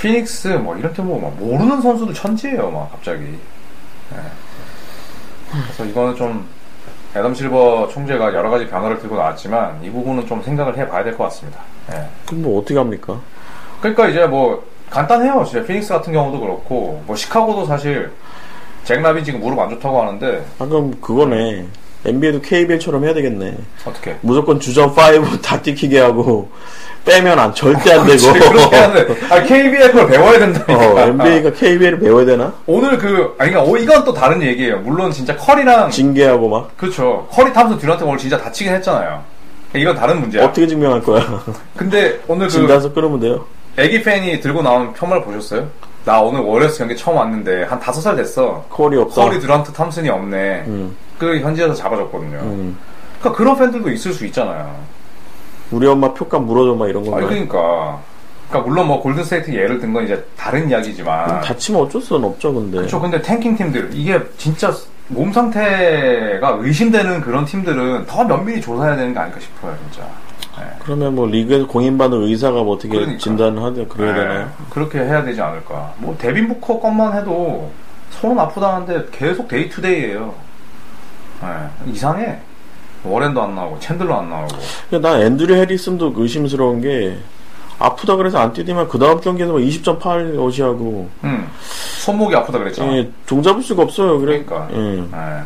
[SPEAKER 3] 피닉스, 뭐 이런 팀뭐 막 모르는 선수들 천지예요, 막 갑자기. 예. 그래서 이거는 좀 애덤 실버 총재가 여러 가지 변화를 들고 나왔지만 이 부분은 좀 생각을 해봐야 될 것 같습니다. 예.
[SPEAKER 4] 그럼 뭐 어떻게 합니까?
[SPEAKER 3] 그러니까 이제 뭐 간단해요. 진짜 피닉스 같은 경우도 그렇고 뭐 시카고도 사실 잭라빈 지금 무릎 안 좋다고 하는데
[SPEAKER 4] 방금 아, 그거네. NBA도 KBL처럼 해야 되겠네.
[SPEAKER 3] 어떻게?
[SPEAKER 4] 무조건 주전 (laughs) 5다 뛰키게 하고 빼면 안 절대 안
[SPEAKER 3] (laughs)
[SPEAKER 4] 되고.
[SPEAKER 3] 그렇게
[SPEAKER 4] (laughs)
[SPEAKER 3] 하는데 아, KBL을 배워야 된다니까. 아,
[SPEAKER 4] 어, NBA가 KBL을 배워야 되나?
[SPEAKER 3] 오늘 그 아니 그러니까 오, 이건 또 다른 얘기예요. 물론 진짜 커리랑
[SPEAKER 4] 징계하고 막
[SPEAKER 3] 그렇죠. 커리 탐슨 듀란트 오늘 진짜 다치긴 했잖아요. 그러니까 이건 다른 문제야.
[SPEAKER 4] 어떻게 증명할 거야? (laughs)
[SPEAKER 3] 근데 오늘 그
[SPEAKER 4] 진단서 끌으면 돼요.
[SPEAKER 3] 애기 팬이 들고 나온 폄말 보셨어요? 나 오늘 월요일 경기 처음 왔는데 한 다섯 살 됐어.
[SPEAKER 4] 콜이 없다.
[SPEAKER 3] 커리 듀란트 탐슨이 없네.
[SPEAKER 4] 음.
[SPEAKER 3] 그 현지에서 잡아줬거든요.
[SPEAKER 4] 음.
[SPEAKER 3] 그러니까 그런 팬들도 있을 수 있잖아요.
[SPEAKER 4] 우리 엄마 표값 물어줘 막 이런
[SPEAKER 3] 아니,
[SPEAKER 4] 건가?
[SPEAKER 3] 그러니까. 그러니까 물론 뭐 골든스테이트 예를 든 건 이제 다른 이야기지만.
[SPEAKER 4] 다치면 어쩔 수는 없죠, 근데.
[SPEAKER 3] 그렇죠. 근데 탱킹 팀들 이게 진짜 몸 상태가 의심되는 그런 팀들은 더 면밀히 조사해야 되는 거 아닐까 싶어요, 진짜.
[SPEAKER 4] 그러면 뭐 리그에서 공인받은 의사가 뭐 어떻게
[SPEAKER 3] 그러니까.
[SPEAKER 4] 진단을 하든 그래야
[SPEAKER 3] 네,
[SPEAKER 4] 되나요?
[SPEAKER 3] 그렇게 해야 되지 않을까. 뭐 데빈 부커 것만 해도 서로 아프다는데 계속 데이투데이예요. 예, 이상해. 워렌도 안 나오고 챈들러 안 나오고.
[SPEAKER 4] 근데 난 앤드류 해리슨도 의심스러운 게 아프다 그래서 안 뛰더만 그 다음 경기에서 20.8 어시하고
[SPEAKER 3] 음, 손목이 아프다 그랬잖아.
[SPEAKER 4] 예, 종잡을 수가 없어요. 그래.
[SPEAKER 3] 그러니까.
[SPEAKER 4] 예.
[SPEAKER 3] 예.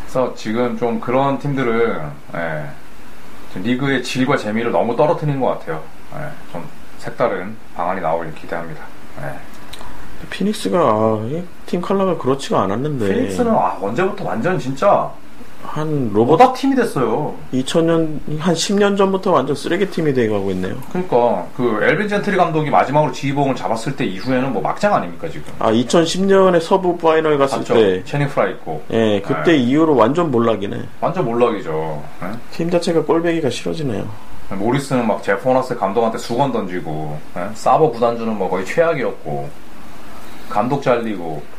[SPEAKER 3] 그래서 지금 좀 그런 팀들은 예, 좀 리그의 질과 재미를 너무 떨어뜨리는 것 같아요. 예, 좀 색다른 방안이 나오길 기대합니다. 예.
[SPEAKER 4] 피닉스가 아, 이팀 컬러가 그렇지가 않았는데
[SPEAKER 3] 피닉스는 아, 언제부터 완전 진짜
[SPEAKER 4] 한 로봇
[SPEAKER 3] 로닥 팀이 됐어요.
[SPEAKER 4] 2000년 한 10년 전부터 완전 쓰레기 팀이 돼가고 있네요.
[SPEAKER 3] 그러니까 그 엘빈 젠트리 감독이 마지막으로 지휘봉을 잡았을 때 이후에는 뭐 막장 아닙니까 지금?
[SPEAKER 4] 아 2010년에 서부 파이널 갔을
[SPEAKER 3] 맞죠?
[SPEAKER 4] 때
[SPEAKER 3] 체닝 프라 있고
[SPEAKER 4] 예, 그때
[SPEAKER 3] 네.
[SPEAKER 4] 이후로 완전 몰락이네.
[SPEAKER 3] 완전 몰락이죠. 예?
[SPEAKER 4] 팀 자체가 꼴배기가 싫어지네요.
[SPEAKER 3] 모리스는 막 제포너스 감독한테 수건 던지고 예? 사버 구단주는 뭐 거의 최악이었고 감독 잘리고 예?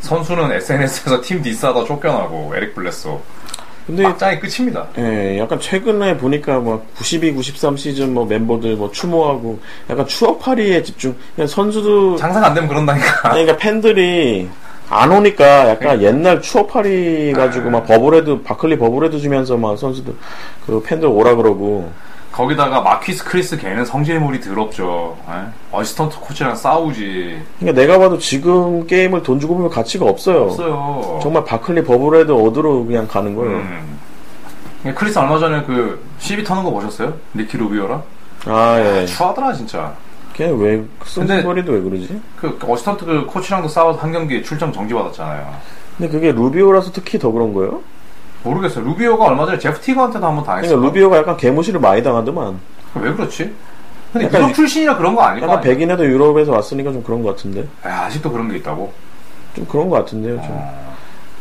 [SPEAKER 3] 선수는 SNS에서 팀 디스하다 쫓겨나고 에릭 블레소
[SPEAKER 4] 근데
[SPEAKER 3] 막장이 끝입니다.
[SPEAKER 4] 예, 약간 최근에 보니까 막 92, 93 시즌 뭐 멤버들 뭐 추모하고 약간 추억팔이에 집중. 그냥 선수도
[SPEAKER 3] 장사가 안 되면 그런다니까. (laughs)
[SPEAKER 4] 아니, 그러니까 팬들이 안 오니까 약간 옛날 추억팔이 가지고 막 버블헤드 바클리 버블헤드 주면서 막 선수들 그 팬들 오라 그러고
[SPEAKER 3] 거기다가 마퀴스 크리스 걔는 성질물이 더럽죠. 예? 어시스턴트 코치랑 싸우지.
[SPEAKER 4] 그러니까 내가 봐도 지금 게임을 돈 주고 보면 가치가 없어요.
[SPEAKER 3] 없어요.
[SPEAKER 4] 정말 바클리 버블헤드 얻으러 그냥 가는 거예요.
[SPEAKER 3] 음. 크리스 얼마 전에 그 시비 터는 거 보셨어요? 니키 루비오랑?
[SPEAKER 4] 아 예.
[SPEAKER 3] 추하더라 진짜.
[SPEAKER 4] 걔는 왜 쓴소리도 왜 그러지?
[SPEAKER 3] 그 어시턴트 그 코치랑도 싸워서 한 경기 출장 정지 받았잖아요.
[SPEAKER 4] 근데 그게 루비오라서 특히 더 그런 거예요?
[SPEAKER 3] 모르겠어요. 루비오가 얼마 전에 제프 티거한테도 한번 당했어요.
[SPEAKER 4] 그러니까 루비오가 약간 개무시를 많이 당하더만.
[SPEAKER 3] 왜 그렇지? 근데
[SPEAKER 4] 약간
[SPEAKER 3] 유럽 출신이라 그런 거 아닐까?
[SPEAKER 4] 약간 백인에도 유럽에서 왔으니까 좀 그런 것 같은데.
[SPEAKER 3] 야, 아직도 그런 게 있다고?
[SPEAKER 4] 좀 그런 것 같은데요. 좀.
[SPEAKER 3] 아.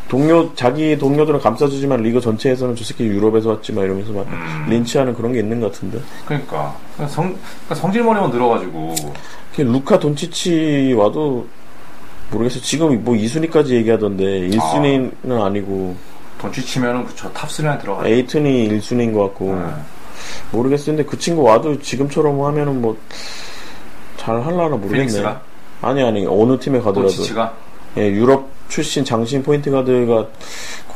[SPEAKER 4] 동료 자기 동료들은 감싸주지만 리그 전체에서는 저 새끼 유럽에서 왔지 막 이러면서 막
[SPEAKER 3] 음.
[SPEAKER 4] 린치하는 그런 게 있는 것 같은데.
[SPEAKER 3] 그러니까 그냥 성 그러니까 성질머리만 들어가지고
[SPEAKER 4] 그 루카 돈치치 와도 모르겠어. 요 지금 뭐 2순위까지 얘기하던데 1순위는 아. 니고
[SPEAKER 3] 돈치치면은 그쵸 탑3에 들어가요.
[SPEAKER 4] 에이튼이 뭐, 1순위인 것 같고
[SPEAKER 3] 네.
[SPEAKER 4] 모르겠어요. 근데 그 친구 와도 지금처럼 하면은 뭐 잘 할라나 모르겠네.
[SPEAKER 3] 피닉스가
[SPEAKER 4] 아니 아니 어느 팀에 가더라도
[SPEAKER 3] 돈치치가
[SPEAKER 4] 예, 유럽 출신 장신 포인트 가드가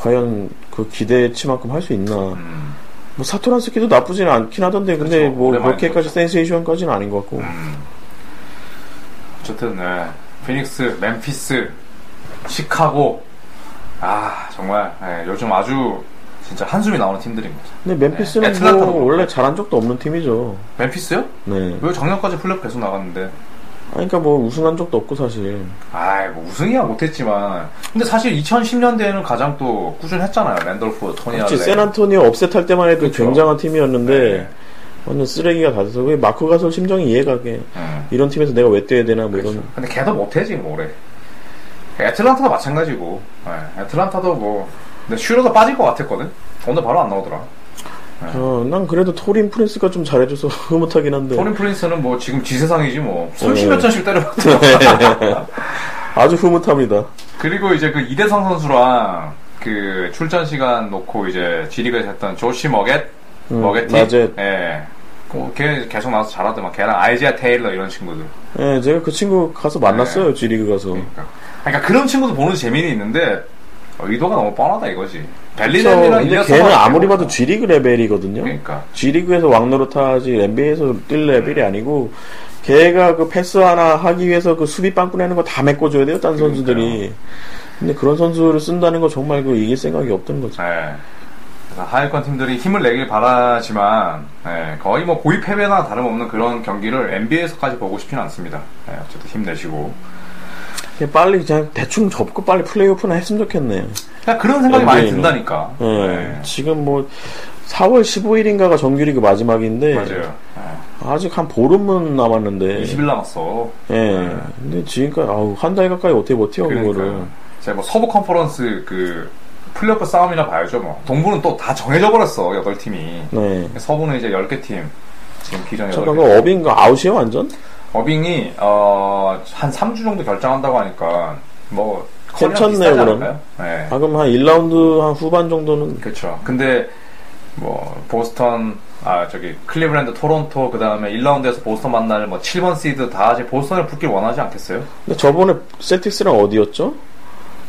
[SPEAKER 4] 과연 그 기대치만큼 할 수 있나?
[SPEAKER 3] 음,
[SPEAKER 4] 뭐 사토란스키도 나쁘지는 않긴 하던데 근데
[SPEAKER 3] 그렇죠. 음.
[SPEAKER 4] 뭐
[SPEAKER 3] 오랜만에 들었죠.
[SPEAKER 4] 그렇게까지 센세이션까지는 아닌 것 같고
[SPEAKER 3] 어쨌든 네. 피닉스, 멤피스, 시카고 아 정말 예, 요즘 아주 진짜 한숨이 나오는 팀들입니다.
[SPEAKER 4] 근데 멤피스는
[SPEAKER 3] 네, 애틀란타도
[SPEAKER 4] 뭐
[SPEAKER 3] 그렇고.
[SPEAKER 4] 원래 잘한 적도 없는 팀이죠.
[SPEAKER 3] 멤피스요?
[SPEAKER 4] 네.
[SPEAKER 3] 왜 작년까지 플랫 계속 나갔는데?
[SPEAKER 4] 아니, 그러니까 뭐 우승한 적도 없고 사실
[SPEAKER 3] 아이, 뭐 우승이야 못했지만. 근데 사실 2010년대에는 가장 또 꾸준했잖아요. 랜돌프, 토니
[SPEAKER 4] 사실
[SPEAKER 3] 알렌.
[SPEAKER 4] 세난토니오 업셋할 때만 해도
[SPEAKER 3] 그렇죠.
[SPEAKER 4] 굉장한 팀이었는데
[SPEAKER 3] 네.
[SPEAKER 4] 완전 쓰레기가 다 돼서 왜 마크 가솔 심정이 이해가 게
[SPEAKER 3] 음.
[SPEAKER 4] 이런 팀에서 내가 왜 뛰어야 되나 뭐 이런
[SPEAKER 3] 근데 걔도 못해 지금 뭐 올해. 애틀란타도 마찬가지고. 예, 애틀란타도 뭐. 근데 슈러도 빠질 것 같았거든. 오늘 바로 안 나오더라. 네.
[SPEAKER 4] 어, 난 그래도 토린 프린스가 좀 잘해줘서 (laughs) 흐뭇하긴 한데
[SPEAKER 3] 토린 프린스는 뭐 지금 지세상이지
[SPEAKER 4] 어.
[SPEAKER 3] 뭐. 30몇 점씩 때려봤더라.
[SPEAKER 4] (laughs) 아주 흐뭇합니다.
[SPEAKER 3] 그리고 이제 그 이대성 선수랑 그 출전 시간 놓고 이제 지리그에서 했던 조시 머겟,
[SPEAKER 4] 음,
[SPEAKER 3] 머겟티,
[SPEAKER 4] 머겟.
[SPEAKER 3] 예, 어, 걔 계속 나와서 잘하더만. 걔랑 아이지아 테일러 이런 친구들.
[SPEAKER 4] 예,
[SPEAKER 3] 네.
[SPEAKER 4] 제가 그 친구 가서 만났어요 G리그 가서.
[SPEAKER 3] 그러니까, 그러니까 그런 친구도 보는 재미는 있는데 의도가 너무 뻔하다 이거지.
[SPEAKER 4] 그래서
[SPEAKER 3] 벨리넨이랑
[SPEAKER 4] 근데
[SPEAKER 3] 일리아스
[SPEAKER 4] 걔는 아무리 봐도 G리그 레벨이거든요.
[SPEAKER 3] 그러니까.
[SPEAKER 4] G리그에서 왕노릇 하지 NBA에서 뛸
[SPEAKER 3] 네.
[SPEAKER 4] 레벨이 아니고 걔가 그 패스 하나 하기 위해서 그 수비 빵꾸 내는 거 다 메꿔줘야 돼요 딴 선수들이 근데 그런 선수를 쓴다는 거 정말 그 이길 생각이 없던 거죠
[SPEAKER 3] 예. 그래서 하위권 팀들이 힘을 내길 바라지만 예, 거의 뭐 고의 패배나 다름없는 그런 경기를 NBA에서까지 보고 싶지는 않습니다. 예, 어쨌든 힘내시고
[SPEAKER 4] 그냥 빨리 그냥 대충 접고 빨리 플레이오프나 했으면 좋겠네요
[SPEAKER 3] 그냥 그런 생각이 많이
[SPEAKER 4] NBA 는.
[SPEAKER 3] 든다니까.
[SPEAKER 4] 예,
[SPEAKER 3] 네.
[SPEAKER 4] 지금 뭐 4월 15일인가가 정규리그 마지막인데
[SPEAKER 3] 맞아요.
[SPEAKER 4] 아직 한 보름은 남았는데
[SPEAKER 3] 20일 남았어.
[SPEAKER 4] 예. 근데 지금까지 아우 한 달 가까이 어떻게 버텨 그거를
[SPEAKER 3] 그러니까 제가 뭐 서부 컨퍼런스 그 플레이오프 싸움이나 봐야죠. 뭐 동부는 또 다 정해져 버렸어 여덟 팀이.
[SPEAKER 4] 네.
[SPEAKER 3] 서부는 이제 10개 팀 지금 기존 8개
[SPEAKER 4] 잠깐 그 업인가 아웃이에요
[SPEAKER 3] 네.
[SPEAKER 4] 완전?
[SPEAKER 3] 어빙이 어, 한 3주 정도 결정한다고 하니까 뭐 커리어
[SPEAKER 4] 괜찮네요, 아.
[SPEAKER 3] 비슷하지
[SPEAKER 4] 그럼.
[SPEAKER 3] 않을까요? 네.
[SPEAKER 4] 방금 한 1라운드 한 후반 정도는
[SPEAKER 3] 그렇죠. 근데 뭐 보스턴 아 저기 클리블랜드 토론토 그다음에 1라운드에서 보스턴 만날 뭐 7번 시드 다 이제 보스턴을 붙길 원하지 않겠어요?
[SPEAKER 4] 근데 저번에 셀틱스랑 어디였죠?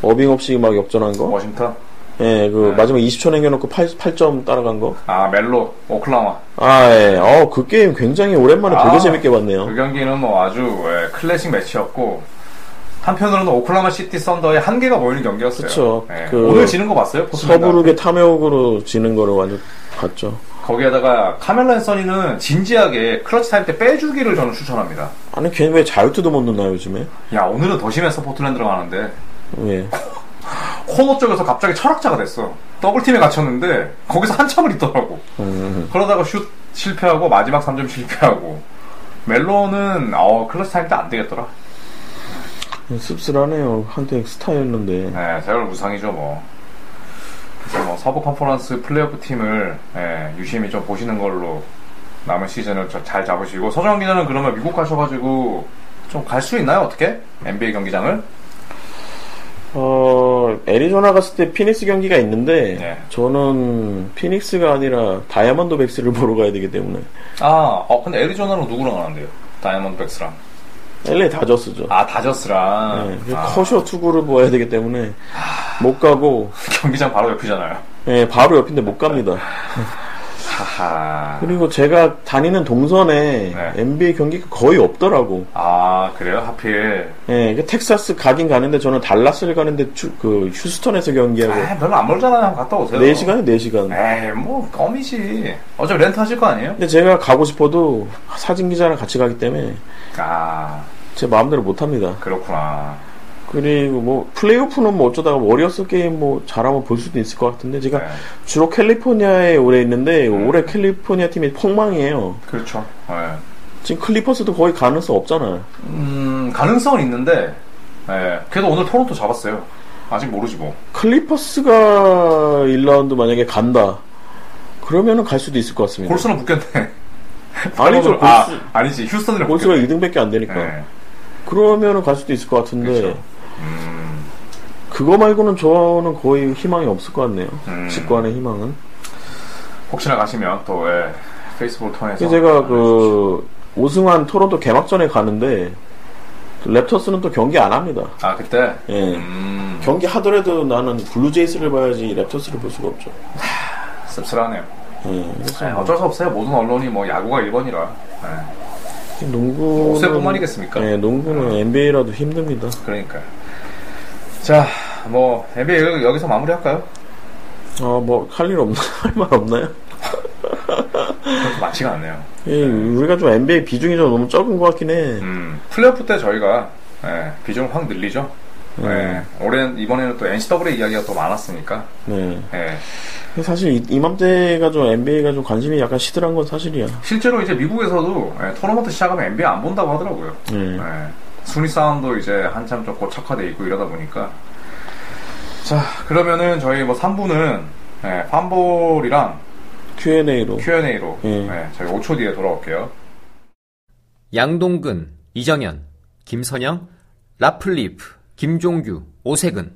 [SPEAKER 4] 어빙 없이 막 역전한 거?
[SPEAKER 3] 워싱턴.
[SPEAKER 4] 예, 그
[SPEAKER 3] 네.
[SPEAKER 4] 마지막 20초 남겨놓고 8, 8점 따라간 거?
[SPEAKER 3] 아, 멜로 오클라마.
[SPEAKER 4] 아, 예. 어, 그 게임 굉장히 오랜만에
[SPEAKER 3] 아.
[SPEAKER 4] 되게 재밌게 봤네요.
[SPEAKER 3] 그 경기는 뭐 아주 예, 클래식 매치였고 한편으로는 오클라마 시티 썬더의 한계가 보이는 경기였어요.
[SPEAKER 4] 그쵸.
[SPEAKER 3] 예.
[SPEAKER 4] 그
[SPEAKER 3] 오늘 지는 거 봤어요? 포스맨
[SPEAKER 4] 서부룩의 탐욕으로 지는 거를 완전 봤죠.
[SPEAKER 3] 거기에다가 카멜라 앤서니는 진지하게 클러치 타임 때 빼주기를 저는 추천합니다.
[SPEAKER 4] 아니, 걔는 왜 자유투도 못 넣나, 요즘에?
[SPEAKER 3] 야 오늘은 더 심해서 포틀랜드로 가는데
[SPEAKER 4] 예.
[SPEAKER 3] 코너 쪽에서 갑자기 철학자가 됐어. 더블팀에 갇혔는데 거기서 한참을 있더라고.
[SPEAKER 4] 음.
[SPEAKER 3] 그러다가 슛 실패하고 마지막 3점 실패하고 멜로는 어, 클러치 타임 때 안 되겠더라.
[SPEAKER 4] 씁쓸하네요. 한때 스타였는데.
[SPEAKER 3] 네, 세월 무상이죠 뭐. 그래서 뭐 서부 컨퍼런스 플레이오프 팀을 예, 유심히 좀 보시는 걸로 남은 시즌을 저- 잘 잡으시고 서정 기자는 그러면 미국 가셔가지고 좀 갈 수 있나요 어떻게 NBA 경기장을?
[SPEAKER 4] 어, 애리조나 갔을 때 피닉스 경기가 있는데,
[SPEAKER 3] 네.
[SPEAKER 4] 저는 피닉스가 아니라 다이아몬드 백스를 (laughs) 보러 가야 되기 때문에.
[SPEAKER 3] 아, 어 근데 애리조나로 누구랑 가는데요? 다이아몬드백스랑.
[SPEAKER 4] LA 다저스죠.
[SPEAKER 3] 아 다저스랑.
[SPEAKER 4] 예,
[SPEAKER 3] 아,
[SPEAKER 4] 커쇼 투구를 보아야 되기 때문에 못 가고
[SPEAKER 3] (laughs) 경기장 바로 옆이잖아요.
[SPEAKER 4] 예, 바로 옆인데 못 갑니다.
[SPEAKER 3] 하하.
[SPEAKER 4] 그리고 제가 다니는 동선에
[SPEAKER 3] 네.
[SPEAKER 4] NBA 경기가 거의 없더라고.
[SPEAKER 3] 아 그래요 하필.
[SPEAKER 4] 예, 그 텍사스 가긴 가는데 저는 달라스를 가는데 추- 그 휴스턴에서 경기하고
[SPEAKER 3] 아 별로 안 멀잖아요. 갔다 오세요.
[SPEAKER 4] 네. 4시간에 4시간.
[SPEAKER 3] 에이 뭐 껌이지. 어차피 렌트 하실 거 아니에요?
[SPEAKER 4] 근데 제가 가고 싶어도 사진 기자랑 같이 가기 때문에
[SPEAKER 3] 아.
[SPEAKER 4] 제 마음대로 못 합니다.
[SPEAKER 3] 그렇구나.
[SPEAKER 4] 그리고 뭐 플레이오프는 뭐 어쩌다가 워리어스 게임 뭐 잘하면 볼 수도 있을 것 같은데 제가
[SPEAKER 3] 네.
[SPEAKER 4] 주로 캘리포니아에 오래 있는데 올해 캘리포니아 팀이 폭망이에요.
[SPEAKER 3] 그렇죠.
[SPEAKER 4] 네.
[SPEAKER 3] 예.
[SPEAKER 4] 지금 클리퍼스도 거의 가능성 없잖아요.
[SPEAKER 3] 음, 가능성은 있는데, 예. 그래도 오늘 토론토 잡았어요. 아직 모르지 뭐.
[SPEAKER 4] 클리퍼스가 1라운드 만약에 간다. 그러면은 갈 수도 있을 것 같습니다.
[SPEAKER 3] 골스는 붙겠네. (laughs)
[SPEAKER 4] 아니죠, 골스.
[SPEAKER 3] 아, 아니지. 휴스턴이랑
[SPEAKER 4] 골스가
[SPEAKER 3] 붙겠네. 그렇죠.
[SPEAKER 4] 2등밖에 안 되니까. 네.
[SPEAKER 3] 예.
[SPEAKER 4] 그러면은 갈 수도 있을 것 같은데.
[SPEAKER 3] 그쵸. 음,
[SPEAKER 4] 그거 말고는 저는 거의 희망이 없을 것 같네요.
[SPEAKER 3] 음.
[SPEAKER 4] 직관의 희망은.
[SPEAKER 3] 혹시나 가시면 또, 예. 페이스북을 통해서.
[SPEAKER 4] 그래서 제가 그 오승환 토론토 개막전에 가는데 그 랩터스는 또 경기 안 합니다.
[SPEAKER 3] 아, 그때?
[SPEAKER 4] 예.
[SPEAKER 3] 음,
[SPEAKER 4] 경기 하더라도 나는 블루제이스를 봐야지 랩터스를 볼 수가 없죠.
[SPEAKER 3] 씁쓸하네요.
[SPEAKER 4] 예, 그래서
[SPEAKER 3] 예, 어쩔 수 없어요. 모든 언론이 뭐 야구가 1번이라. 네,
[SPEAKER 4] 농구는
[SPEAKER 3] 어, 옷세뿐만이겠습니까? 아.
[SPEAKER 4] 예, 농구는 NBA라도 힘듭니다.
[SPEAKER 3] 그러니까요. 자, 뭐, NBA 여기- 여기서 마무리할까요?
[SPEAKER 4] 아 뭐 할 일 없나 (laughs) 할 말 없나요?
[SPEAKER 3] 그렇게 많지가 않네요.
[SPEAKER 4] 예, 우리가 좀 NBA 비중이 좀 너무 적은 것 같긴 해.
[SPEAKER 3] 음, 플레이오프 때 저희가 예, 비중을 확 늘리죠. 예, 올해는 이번에는 또 NCAA 이야기가 또 많았으니까.
[SPEAKER 4] 네.
[SPEAKER 3] 예.
[SPEAKER 4] 사실 이, 이맘때가 좀 NBA가 좀 관심이 약간 시들한 건 사실이야.
[SPEAKER 3] 실제로 이제 미국에서도 예, 토너먼트 시작하면 NBA 안 본다고 하더라고요.
[SPEAKER 4] 예.
[SPEAKER 3] 예, 순위 싸움도 이제 한참 좀 고착화돼 있고 이러다 보니까. 자, 그러면은 저희 뭐 3부는 예, 판볼이랑
[SPEAKER 4] Q&A로.
[SPEAKER 3] Q&A로
[SPEAKER 4] 예.
[SPEAKER 3] 저희 5초 뒤에 돌아올게요.
[SPEAKER 5] 양동근, 이정현, 김선영, 라플리프, 김종규, 오세근.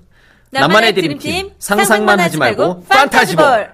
[SPEAKER 1] 남만의 드림팀, 상상만 하지 말고 판타지볼.